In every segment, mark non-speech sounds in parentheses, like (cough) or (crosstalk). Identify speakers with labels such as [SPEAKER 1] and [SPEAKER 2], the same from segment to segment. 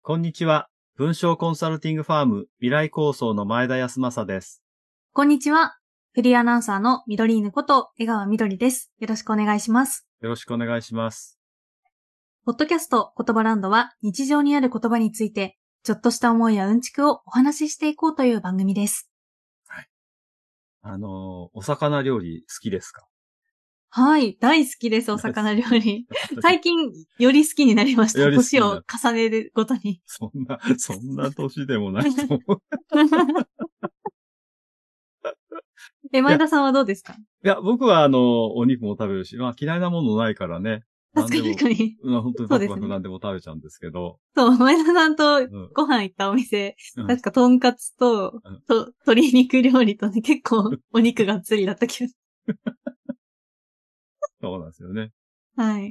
[SPEAKER 1] こんにちは。文章コンサルティングファーム未来構想の前田康政です。
[SPEAKER 2] こんにちは。フリーアナウンサーのミドリーヌこと江川みどりです。よろしくお願いします。
[SPEAKER 1] よろしくお願いします。
[SPEAKER 2] ポッドキャスト言葉ランドは日常にある言葉について、ちょっとした思いやうんちくをお話ししていこうという番組です。
[SPEAKER 1] あのー、お魚料理好き
[SPEAKER 2] (laughs)
[SPEAKER 1] ですか
[SPEAKER 2] はい。大好きです、お魚料理。 (laughs) 最近、より好きになりました。
[SPEAKER 1] より好きに
[SPEAKER 2] 年
[SPEAKER 1] な
[SPEAKER 2] を
[SPEAKER 1] る
[SPEAKER 2] 重ねるごと
[SPEAKER 1] (laughs)
[SPEAKER 2] に。
[SPEAKER 1] そんな、そんな年でもないと思う。 (laughs)
[SPEAKER 2] え、前田さんはどうですか
[SPEAKER 1] いや、僕はあのー、お肉も食べるし、まあ嫌いなものないからね。
[SPEAKER 2] 確か
[SPEAKER 1] 何
[SPEAKER 2] に
[SPEAKER 1] でも
[SPEAKER 2] 確かに。
[SPEAKER 1] まあ本当に
[SPEAKER 2] そう
[SPEAKER 1] バ
[SPEAKER 2] で
[SPEAKER 1] クバ
[SPEAKER 2] すね
[SPEAKER 1] ク何でも食べちゃうんですけど。
[SPEAKER 2] そう、前田さんと
[SPEAKER 1] うん
[SPEAKER 2] ご飯行ったお店、
[SPEAKER 1] うん
[SPEAKER 2] 確かとんかつと
[SPEAKER 1] うん、
[SPEAKER 2] と、鶏肉料理とね、結構お肉がっつりだった気が。
[SPEAKER 1] そうなんですよね。
[SPEAKER 2] はい。
[SPEAKER 1] え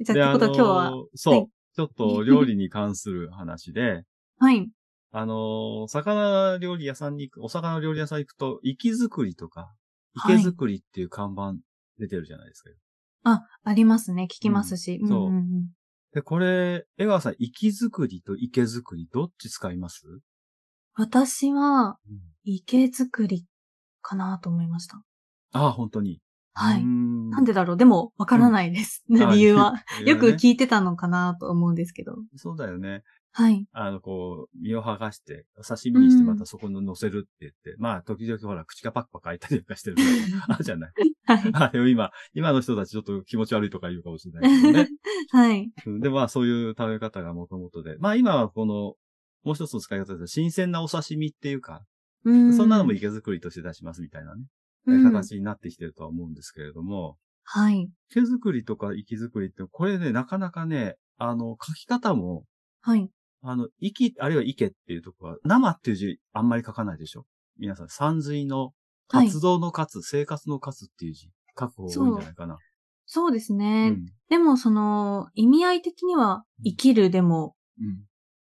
[SPEAKER 1] え
[SPEAKER 2] じゃあ、
[SPEAKER 1] で
[SPEAKER 2] ってことは今日
[SPEAKER 1] あの
[SPEAKER 2] は、
[SPEAKER 1] ーそう、
[SPEAKER 2] はい
[SPEAKER 1] ちょっと料理に関する話で、
[SPEAKER 2] はい。
[SPEAKER 1] あのー魚料理屋さんに行く、お魚料理屋さん行くと、池作りとか、
[SPEAKER 2] はい
[SPEAKER 1] 池作りっていう看板出てるじゃないですか。
[SPEAKER 2] あ、ありますね。聞きますし。
[SPEAKER 1] うんそうん
[SPEAKER 2] んん
[SPEAKER 1] で、これ、江川さん、池作りと池作り、どっち使います、
[SPEAKER 2] 私は、池作りかなと思いました。
[SPEAKER 1] ああ、本当に。う
[SPEAKER 2] は
[SPEAKER 1] ー
[SPEAKER 2] い。
[SPEAKER 1] ん
[SPEAKER 2] なんでだろうでも、わからないです。理由は。。
[SPEAKER 1] あ
[SPEAKER 2] よ
[SPEAKER 1] 理
[SPEAKER 2] く
[SPEAKER 1] 由ね
[SPEAKER 2] 聞いてたのかなと思うんですけど。
[SPEAKER 1] そうだよね。
[SPEAKER 2] はい。
[SPEAKER 1] あの、こう、身を剥がして、刺身にしてまたそこに乗せるって言って、まあ、時々ほら、口がパクパク開いたりとかしてる。
[SPEAKER 2] (laughs)
[SPEAKER 1] あるじゃない。
[SPEAKER 2] はい。
[SPEAKER 1] あれを今、今の人たちちょっと気持ち悪いとか言うかもしれないけどね。
[SPEAKER 2] はい。
[SPEAKER 1] うんで、まあそういう食べ方がもともとで。まあ今はこの、もう一つの使い方です新鮮なお刺身っていうか、
[SPEAKER 2] そ
[SPEAKER 1] そんなのも
[SPEAKER 2] いい。
[SPEAKER 1] 池作りとして出しますみたいなね、
[SPEAKER 2] うん
[SPEAKER 1] 形になってきてるとは思うんですけれども、
[SPEAKER 2] はい。
[SPEAKER 1] 池作りとか池作りって、これね、なかなかね、あの、書き方も、
[SPEAKER 2] はい。
[SPEAKER 1] あの、池、あるいは池っていうところは、生っていう字あんまり書かないでしょ皆さん、山水の、
[SPEAKER 2] はい
[SPEAKER 1] 活動の活、生活の活っていう字、書く方が多いんじゃないかな。
[SPEAKER 2] そうです
[SPEAKER 1] う
[SPEAKER 2] ね。
[SPEAKER 1] ん。
[SPEAKER 2] でも、その、意味合い的には、生きるでも、
[SPEAKER 1] うん。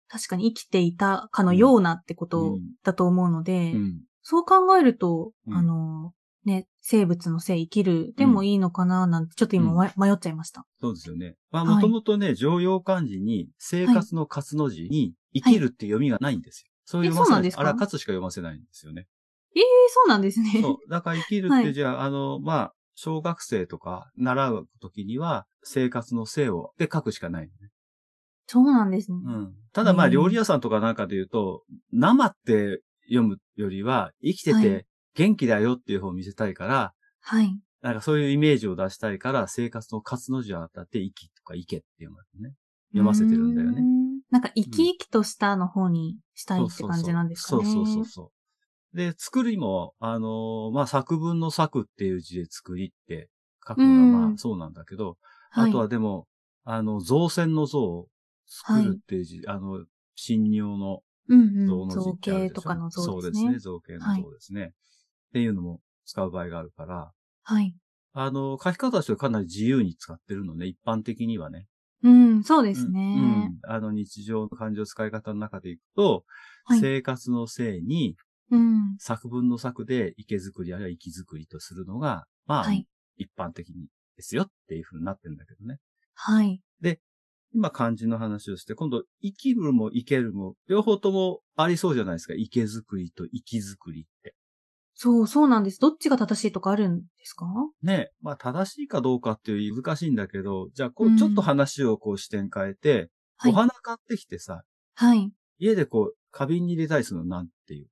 [SPEAKER 2] 確かに生きていたかのようなってことだと思うので、
[SPEAKER 1] うん。
[SPEAKER 2] そう考えると、
[SPEAKER 1] うん
[SPEAKER 2] あの、ね、生物の生、生きるでもいいのかな、なんて、ちょっと今、
[SPEAKER 1] うん
[SPEAKER 2] わ迷っちゃいました。
[SPEAKER 1] そうですよね。まあ、
[SPEAKER 2] はい
[SPEAKER 1] もともとね、常用漢字に、生活の活の字に、生きるって読みがないんですよ。そういう読ませ
[SPEAKER 2] えそうなんですか
[SPEAKER 1] あら、活しか読ませないんですよね。
[SPEAKER 2] ええそうなんですね。
[SPEAKER 1] そう。だから生きる
[SPEAKER 2] は
[SPEAKER 1] って、
[SPEAKER 2] い
[SPEAKER 1] じゃあ、あの、まあ、小学生とか習う時には、生活の生を、で書くしかない、ね。
[SPEAKER 2] (laughs) そうなんですね。
[SPEAKER 1] うん。ただまあ、
[SPEAKER 2] うん
[SPEAKER 1] 料理屋さんとかなんかで言うと、生って読むよりは、生きて
[SPEAKER 2] は
[SPEAKER 1] て元気だよっていう方を見せたいから、
[SPEAKER 2] はい。
[SPEAKER 1] なんかそういうイメージを出したいから、生活の活の字を当たって、生きとか生けって読むんだよね。読ませてるんだよね
[SPEAKER 2] うー。ん。なんか、生き生きとしたの方にしたいって感じなんですかね。
[SPEAKER 1] そうそうそうそうそうそう。で、作りも、あのーまあ、作文の作っていう字で作りって書くの
[SPEAKER 2] うん
[SPEAKER 1] がまあそうなんだけど、
[SPEAKER 2] はい、
[SPEAKER 1] あとはでも、あの、造船の像を作るっていう字、あの、神尿の
[SPEAKER 2] うん
[SPEAKER 1] 像
[SPEAKER 2] う
[SPEAKER 1] の
[SPEAKER 2] ん、
[SPEAKER 1] 字
[SPEAKER 2] 造
[SPEAKER 1] ってあるで
[SPEAKER 2] 形
[SPEAKER 1] しょ
[SPEAKER 2] とかの像です
[SPEAKER 1] そう
[SPEAKER 2] ね。
[SPEAKER 1] ですね、造形の像ですね。っていうのも使う場合があるから、
[SPEAKER 2] はい。
[SPEAKER 1] あの、書き方としてはかなり自由に使ってるのね、一般的にはね。
[SPEAKER 2] うん、そうですね。
[SPEAKER 1] うんうんあの、日常の漢字の使い方の中でいくと、
[SPEAKER 2] はい
[SPEAKER 1] 生活のせいに、
[SPEAKER 2] うん。
[SPEAKER 1] 作文の作で池作りあるいは息作りとするのが、まあ、
[SPEAKER 2] はい。
[SPEAKER 1] 一般的にですよっていう風になってるんだけどね。
[SPEAKER 2] はい。
[SPEAKER 1] 今漢字の話をして、今度、生きるも生けるも、両方ともありそうじゃないですか。池作りと息作りって。
[SPEAKER 2] そう、そうなんです。どっちが正しいとかあるんですか
[SPEAKER 1] ね。まあ、正しいかどうかっていう難しいんだけど、じゃあ、こ
[SPEAKER 2] う
[SPEAKER 1] う、
[SPEAKER 2] ん
[SPEAKER 1] ちょっと話をこう視点変えて、
[SPEAKER 2] はい
[SPEAKER 1] お花買ってきてさ、
[SPEAKER 2] はい。
[SPEAKER 1] 家でこう、花瓶に入れたりするのなんていう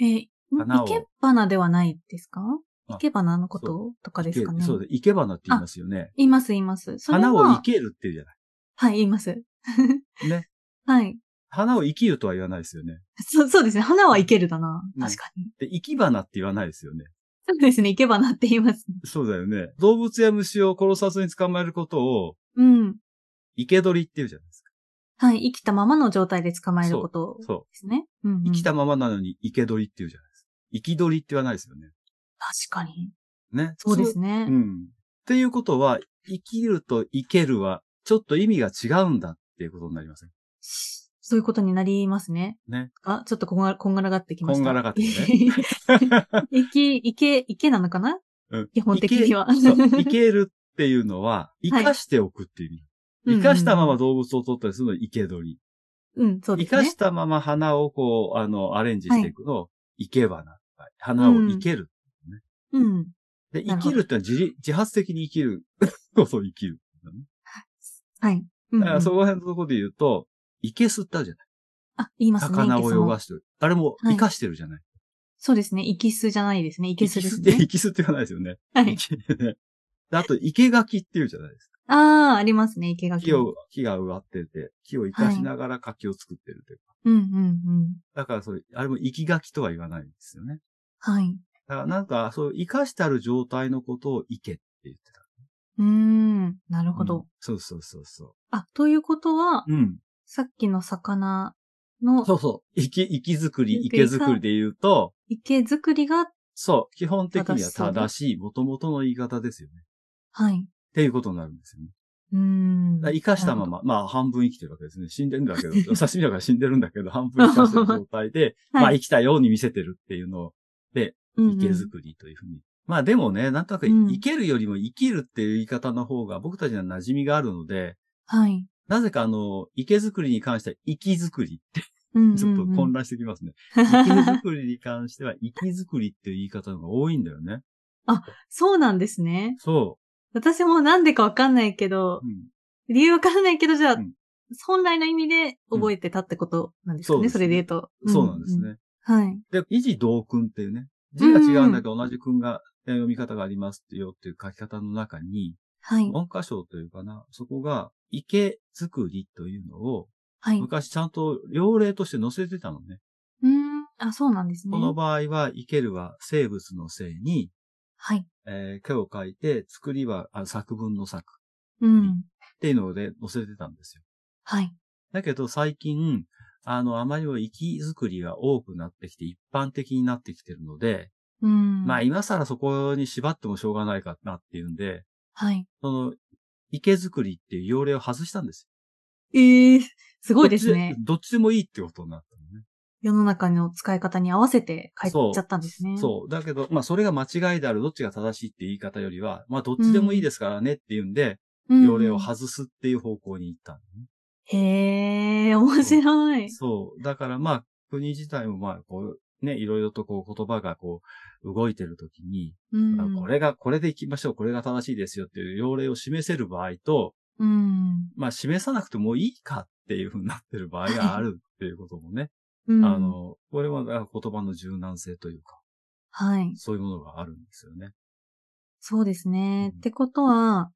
[SPEAKER 2] えー、
[SPEAKER 1] 花
[SPEAKER 2] 生
[SPEAKER 1] を
[SPEAKER 2] け花ではないですか
[SPEAKER 1] あ
[SPEAKER 2] 生け花のこ
[SPEAKER 1] そ
[SPEAKER 2] ととかですかね
[SPEAKER 1] 生けそうで、生け花って言いますよね。
[SPEAKER 2] 言います、言います。それは
[SPEAKER 1] 花を生けるって言うじゃ
[SPEAKER 2] はい、言います。 (laughs)
[SPEAKER 1] ない。ね。
[SPEAKER 2] はい。
[SPEAKER 1] 花を生きるとは言わないですよね。
[SPEAKER 2] そう、そうですね。花はいけるだな
[SPEAKER 1] う。ん
[SPEAKER 2] 確かに。
[SPEAKER 1] で、生き花って言わないですよね。
[SPEAKER 2] そうですね。いけばなって言います。
[SPEAKER 1] そうだよね。動物や虫を殺さずに捕まえることを、
[SPEAKER 2] うん。
[SPEAKER 1] 生け捕りって言うじゃないですか。
[SPEAKER 2] はい。生きたままの状態で捕まえることで
[SPEAKER 1] そ
[SPEAKER 2] すね。うん、うん。
[SPEAKER 1] う。生きたままなのに生け捕りって言うじゃないですか。生き捕りって言わないですよね。
[SPEAKER 2] 確かに。
[SPEAKER 1] ね。
[SPEAKER 2] そうですね
[SPEAKER 1] そう。うん。っていうことは、生きると生けるは、ちょっと意味が違うんだっていうことになり
[SPEAKER 2] (laughs)
[SPEAKER 1] ません
[SPEAKER 2] そういうことになりますね。
[SPEAKER 1] ね。
[SPEAKER 2] あ、ちょっとこんがこんがらがってきました。
[SPEAKER 1] こんがらがって
[SPEAKER 2] き
[SPEAKER 1] き
[SPEAKER 2] ました。生き、生け、生けなのかな
[SPEAKER 1] うん
[SPEAKER 2] 基本的には
[SPEAKER 1] 生けそう生けるっていうのは、
[SPEAKER 2] い
[SPEAKER 1] 生かしておくっていう意味。
[SPEAKER 2] うんうん
[SPEAKER 1] 生かしたまま動物を取ったりするのに生け捕り。
[SPEAKER 2] (laughs) うん、そうで
[SPEAKER 1] 生
[SPEAKER 2] すね。
[SPEAKER 1] かしたまま花をこう、あの、アレンジしていくのを、生け花。花を生ける。
[SPEAKER 2] うん。
[SPEAKER 1] で、生
[SPEAKER 2] なるほ
[SPEAKER 1] き
[SPEAKER 2] ど
[SPEAKER 1] るってのは自自発的に生きるこそ生きる。
[SPEAKER 2] はい。うん、
[SPEAKER 1] だ
[SPEAKER 2] う
[SPEAKER 1] か
[SPEAKER 2] ん
[SPEAKER 1] らそこら辺のところで言うと、生けすったじゃない。
[SPEAKER 2] あ、言いますね。
[SPEAKER 1] 魚
[SPEAKER 2] イケ
[SPEAKER 1] を
[SPEAKER 2] ス
[SPEAKER 1] 泳
[SPEAKER 2] も
[SPEAKER 1] がしてる。あれも
[SPEAKER 2] はい
[SPEAKER 1] 生かしてるじゃない。
[SPEAKER 2] そうですね。イキスじゃないですね。イケスで
[SPEAKER 1] 生
[SPEAKER 2] す
[SPEAKER 1] きって
[SPEAKER 2] ね。
[SPEAKER 1] 生きすって言わないですよね。
[SPEAKER 2] はい。
[SPEAKER 1] 生きねであと、生け垣っていうじゃないですか。
[SPEAKER 2] ああ、ありますね。生垣。
[SPEAKER 1] 木
[SPEAKER 2] うん
[SPEAKER 1] を、木が植わってて、木を生かしながら柿を作ってるというか。
[SPEAKER 2] うんうん。
[SPEAKER 1] だからそれ、あれも生き垣とは言わないんですよね。
[SPEAKER 2] はい。
[SPEAKER 1] だからなんか、そう、生かしてある状態のことを生けって言ってた。
[SPEAKER 2] うーん。なるほ
[SPEAKER 1] う
[SPEAKER 2] ど
[SPEAKER 1] ん。そうそうそうそ
[SPEAKER 2] あ、ということは、
[SPEAKER 1] う。うん。
[SPEAKER 2] さっきの魚の
[SPEAKER 1] そうそう。生き、生き作り、生
[SPEAKER 2] 生け
[SPEAKER 1] け
[SPEAKER 2] 作りが
[SPEAKER 1] 作りで言うと、
[SPEAKER 2] 池作りが、
[SPEAKER 1] そう、基本的には
[SPEAKER 2] 正
[SPEAKER 1] 正しい、元々の言い方ですよね。
[SPEAKER 2] はい。
[SPEAKER 1] っていうことになるんですよね。
[SPEAKER 2] うーん。
[SPEAKER 1] だから生かしたま
[SPEAKER 2] なる
[SPEAKER 1] ま、まあ半分生きてるわけですね。死んでるんだけど、 (laughs) お刺身だから死んでるんだけど、半分生かしてる状態で、
[SPEAKER 2] (laughs) はい
[SPEAKER 1] まあ生きたように見せてるっていうのを、
[SPEAKER 2] ほど。
[SPEAKER 1] 池作りというふうに。まあでもね、なんとなく
[SPEAKER 2] うん
[SPEAKER 1] 生けるよりも生きるっていう言い方の方が僕たちには馴染みがあるので、
[SPEAKER 2] うんうん。はい。
[SPEAKER 1] なぜかあの、池作りに関しては息作りって、
[SPEAKER 2] うんうんうん
[SPEAKER 1] ちょっと混
[SPEAKER 2] (laughs)
[SPEAKER 1] 乱してきますね。池作りに関しては息作りっていう言い方の方が多いんだよね。
[SPEAKER 2] そうなんですね。
[SPEAKER 1] そ
[SPEAKER 2] 私もなんでかわかんないけど
[SPEAKER 1] う。、うん
[SPEAKER 2] 理由わかんないけど、じゃあ、
[SPEAKER 1] うん
[SPEAKER 2] 本来の意味で覚えてたってことなんですかね、
[SPEAKER 1] うんそうですね
[SPEAKER 2] それで言うと。
[SPEAKER 1] そうなんですね。
[SPEAKER 2] うん。はい。
[SPEAKER 1] で、維持同訓っていうね、字が違うんだけど同じ訓が、えー読み方がありますよっていう書き方の中に、
[SPEAKER 2] はい。
[SPEAKER 1] 文科省というかな、そこが、池作りというのを、
[SPEAKER 2] はい。う
[SPEAKER 1] 昔ちゃんと要例として載せてたのね。
[SPEAKER 2] ーん。あ、そうなんですね
[SPEAKER 1] こ。の場合は、生けるは生物の生に、
[SPEAKER 2] はい。
[SPEAKER 1] えー、毛を書いて、作りはあ作文の作
[SPEAKER 2] うん。
[SPEAKER 1] っていうので載せてたんですよ。
[SPEAKER 2] はい。
[SPEAKER 1] だけど最近、あの、あまりにも息作りが多くなってきて、一般的になってきてるので、
[SPEAKER 2] うん。
[SPEAKER 1] まあ今更そこに縛ってもしょうがないかなっていうんで、
[SPEAKER 2] はい。
[SPEAKER 1] その、池作りっていう要領を外したんです
[SPEAKER 2] ええす
[SPEAKER 1] よ。
[SPEAKER 2] ごいです
[SPEAKER 1] どっち。
[SPEAKER 2] ね
[SPEAKER 1] で。どっちでもいいってことになったのね。
[SPEAKER 2] 世の中の使い方に合わせて変えちゃったんですね。
[SPEAKER 1] そう。だけど、まあそれが間違いである、どっちが正しいっていう言い方よりは、まあどっちでもいいですからねっていうんで、
[SPEAKER 2] うん。
[SPEAKER 1] 要領を外すっていう方向に行ったのね。
[SPEAKER 2] へえ、面白い。
[SPEAKER 1] そう。だからまあ、国自体もまあ、こう、ね、いろいろとこう言葉がこう、動いてるときに、
[SPEAKER 2] うん。
[SPEAKER 1] まあこれが、これで行きましょう、これが正しいですよっていう要領を示せる場合と、
[SPEAKER 2] うん。
[SPEAKER 1] まあ示さなくてもいいかっていうふうになってる場合があるっていうこともね、
[SPEAKER 2] うん。
[SPEAKER 1] あ、の、これはなんか言葉の柔軟性というか、
[SPEAKER 2] はい。
[SPEAKER 1] そういうものがあるんですよね。
[SPEAKER 2] そうですね。
[SPEAKER 1] うん
[SPEAKER 2] ってことは、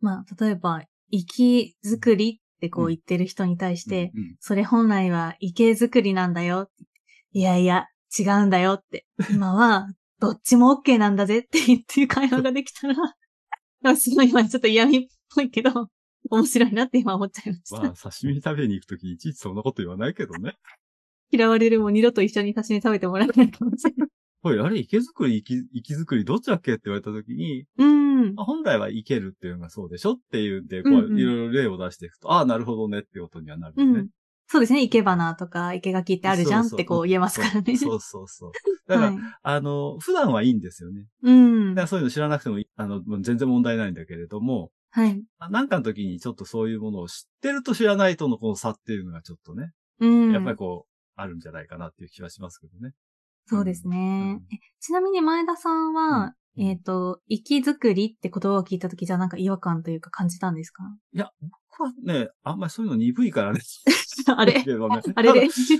[SPEAKER 2] まあ、例えば、息作りってこう
[SPEAKER 1] うん
[SPEAKER 2] 言ってる人に対して、
[SPEAKER 1] うんうん
[SPEAKER 2] それ本来は池作りなんだよ。いやいや、違うんだよって。
[SPEAKER 1] (laughs)
[SPEAKER 2] 今は、どっちも OK なんだぜって言っていう会話ができたら、 (laughs) なんかすごい今ちょっと嫌味っぽいけど、面白いなって今思っちゃいました。
[SPEAKER 1] まあ、刺身食べに行くときいちいちそんなこと言わないけどね。 (laughs)
[SPEAKER 2] 嫌われるも二度と一緒に刺身食べてもらえないかもしれない。
[SPEAKER 1] おい、あれ、池作り、池池作り、どっちだっけって言われたときに、
[SPEAKER 2] うん。
[SPEAKER 1] まあ本来は生けるっていうのがそうでしょっていうんで、こ
[SPEAKER 2] うんうん
[SPEAKER 1] う、いろいろ例を出していくと、ああ、なるほどねってことにはなる
[SPEAKER 2] う
[SPEAKER 1] よね。
[SPEAKER 2] ん。そうですね。池花とか池垣ってあるじゃんってこう言えますからね。
[SPEAKER 1] そうそうそう。だから、
[SPEAKER 2] はい、
[SPEAKER 1] あの、普段はいいんですよね。
[SPEAKER 2] うん
[SPEAKER 1] だか。らそういうの知らなくてもいい、あの、もう全然問題ないんだけれども、
[SPEAKER 2] はい。
[SPEAKER 1] あなんかの時にちょっとそういうものを知ってると知らないとのこの差っていうのがちょっとね、
[SPEAKER 2] うん。
[SPEAKER 1] やっぱりこう、あるんじゃないかなっていう気はしますけどね。
[SPEAKER 2] そうですね、
[SPEAKER 1] ん
[SPEAKER 2] えちなみに前田さんは、
[SPEAKER 1] うん
[SPEAKER 2] えっ、と、息づくりって言葉を聞いたときじゃあなんか違和感というか感じたんで
[SPEAKER 1] (laughs)
[SPEAKER 2] すか
[SPEAKER 1] 僕はね、あんまりそういうの鈍いからね。
[SPEAKER 2] あれ
[SPEAKER 1] (laughs) けどね
[SPEAKER 2] あれ
[SPEAKER 1] た
[SPEAKER 2] れ
[SPEAKER 1] だあれ、息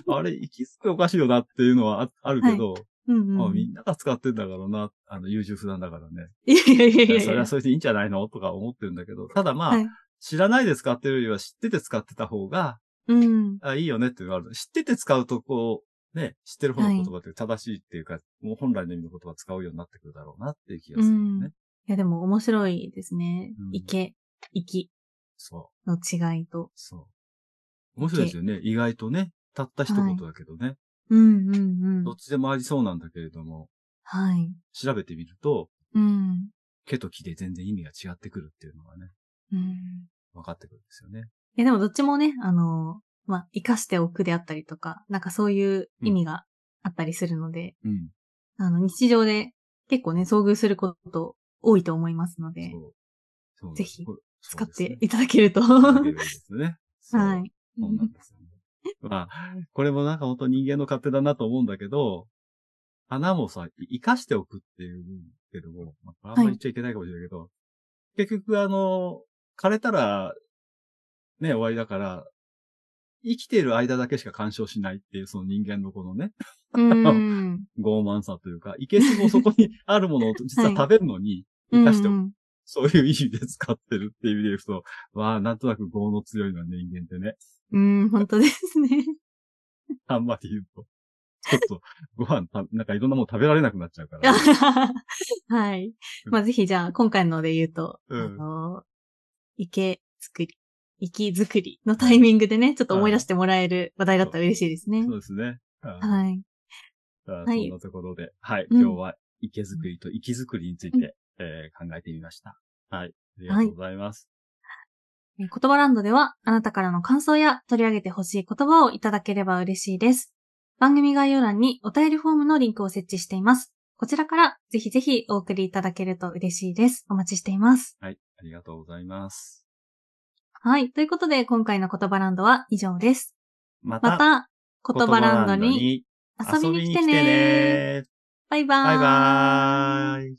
[SPEAKER 1] づくりおかしいよなっていうのはああるけど、
[SPEAKER 2] (laughs) うん
[SPEAKER 1] まあ
[SPEAKER 2] うん。
[SPEAKER 1] み
[SPEAKER 2] い
[SPEAKER 1] んなが使ってんだからな、あの、優柔不断だからね。
[SPEAKER 2] やいやいやい
[SPEAKER 1] い
[SPEAKER 2] や
[SPEAKER 1] や
[SPEAKER 2] い
[SPEAKER 1] それ
[SPEAKER 2] や
[SPEAKER 1] は。それでいいんじゃないのとか思ってるんだけど、ただまあ、
[SPEAKER 2] はい
[SPEAKER 1] 知らないで使ってるよりは知ってて使ってた方が、
[SPEAKER 2] うん。
[SPEAKER 1] あいいよねっていうのがある。知ってて使うと、こう、ね、知ってる方の言葉って正しいっていうか、もう本来の意味の言葉使うようになってくるだろうなっていう気がするよね。
[SPEAKER 2] うんいやでも面白いですね
[SPEAKER 1] うん。
[SPEAKER 2] 池、息
[SPEAKER 1] そう、
[SPEAKER 2] の違いと。
[SPEAKER 1] そう。面白いですよね。意外とね、たった一言だけどね、
[SPEAKER 2] うんうんう
[SPEAKER 1] ど
[SPEAKER 2] ん
[SPEAKER 1] っ。ちでもありそうなんだけれども、
[SPEAKER 2] はい。
[SPEAKER 1] 調べてみると、
[SPEAKER 2] うん。
[SPEAKER 1] 毛と木で全然意味が違ってくるっていうのがね、
[SPEAKER 2] うん。
[SPEAKER 1] 分かってくるんですよね。
[SPEAKER 2] いやでもどっちもね、あの、まあ、生かしておくであったりとか、なんかそういう意味があったりするので、
[SPEAKER 1] うん。
[SPEAKER 2] あの、日常で結構ね、遭遇すること多いと思いますので、
[SPEAKER 1] そう。そうなんです
[SPEAKER 2] ぜひ
[SPEAKER 1] これ
[SPEAKER 2] 使っ
[SPEAKER 1] そうです
[SPEAKER 2] て
[SPEAKER 1] ね
[SPEAKER 2] いただけると。
[SPEAKER 1] いただけるんですね。そう
[SPEAKER 2] (laughs) はい。
[SPEAKER 1] そうなんですよね。まあ、これもなんか本当人間の勝手だなと思うんだけど、花もさ、生かしておくっていうんけども、まあ、あんまり言っちゃいけないかもしれないけど、結局あの、枯れたら、ね、終わりだから、生きている間だけしか干渉しないっていう、その人間のこのね、
[SPEAKER 2] うん。
[SPEAKER 1] 傲慢さというか、いけすもそ (laughs) こにあるものを実は
[SPEAKER 2] はい
[SPEAKER 1] 食べるのに、生かしておく。
[SPEAKER 2] うんうん
[SPEAKER 1] そういう意味で使ってるっていう意味で言うと、まあ、なんとなく業の強いのは人間ってね、
[SPEAKER 2] うん、本当ですね。
[SPEAKER 1] あんまり言うと。ちょっと、ご飯た、なんかいろんなもの食べられなくなっちゃうから。
[SPEAKER 2] はい。まあ、ぜひじゃあ、今回ので言うと、
[SPEAKER 1] うん
[SPEAKER 2] あの、池作り、池作りのタイミングでね、ちょっと思い出してもらえる話題だったら嬉しいですね
[SPEAKER 1] そ。うですね。はい。
[SPEAKER 2] はい。
[SPEAKER 1] さあ
[SPEAKER 2] は
[SPEAKER 1] そ
[SPEAKER 2] い
[SPEAKER 1] んなところで、はい。
[SPEAKER 2] うん
[SPEAKER 1] 今日は、池作りと息作りについて、えー考えてみました。はい。ありがとうございます。
[SPEAKER 2] えー言葉ランドでは、あなたからの感想や取り上げてほしい言葉をいただければ嬉しいです。番組概要欄にお便りフォームのリンクを設置しています。こちらからぜひぜひお送りいただけると嬉しいです。お待ちしています。
[SPEAKER 1] はい。ありがとうございます。
[SPEAKER 2] はい。ということで、今回の言葉ランドは以上です。
[SPEAKER 1] ま
[SPEAKER 2] また、言葉ランドに
[SPEAKER 1] 言葉
[SPEAKER 2] 遊びに来て
[SPEAKER 1] 遊びに来て
[SPEAKER 2] ね。
[SPEAKER 1] ね。
[SPEAKER 2] バイバーイ。
[SPEAKER 1] バイバーイ。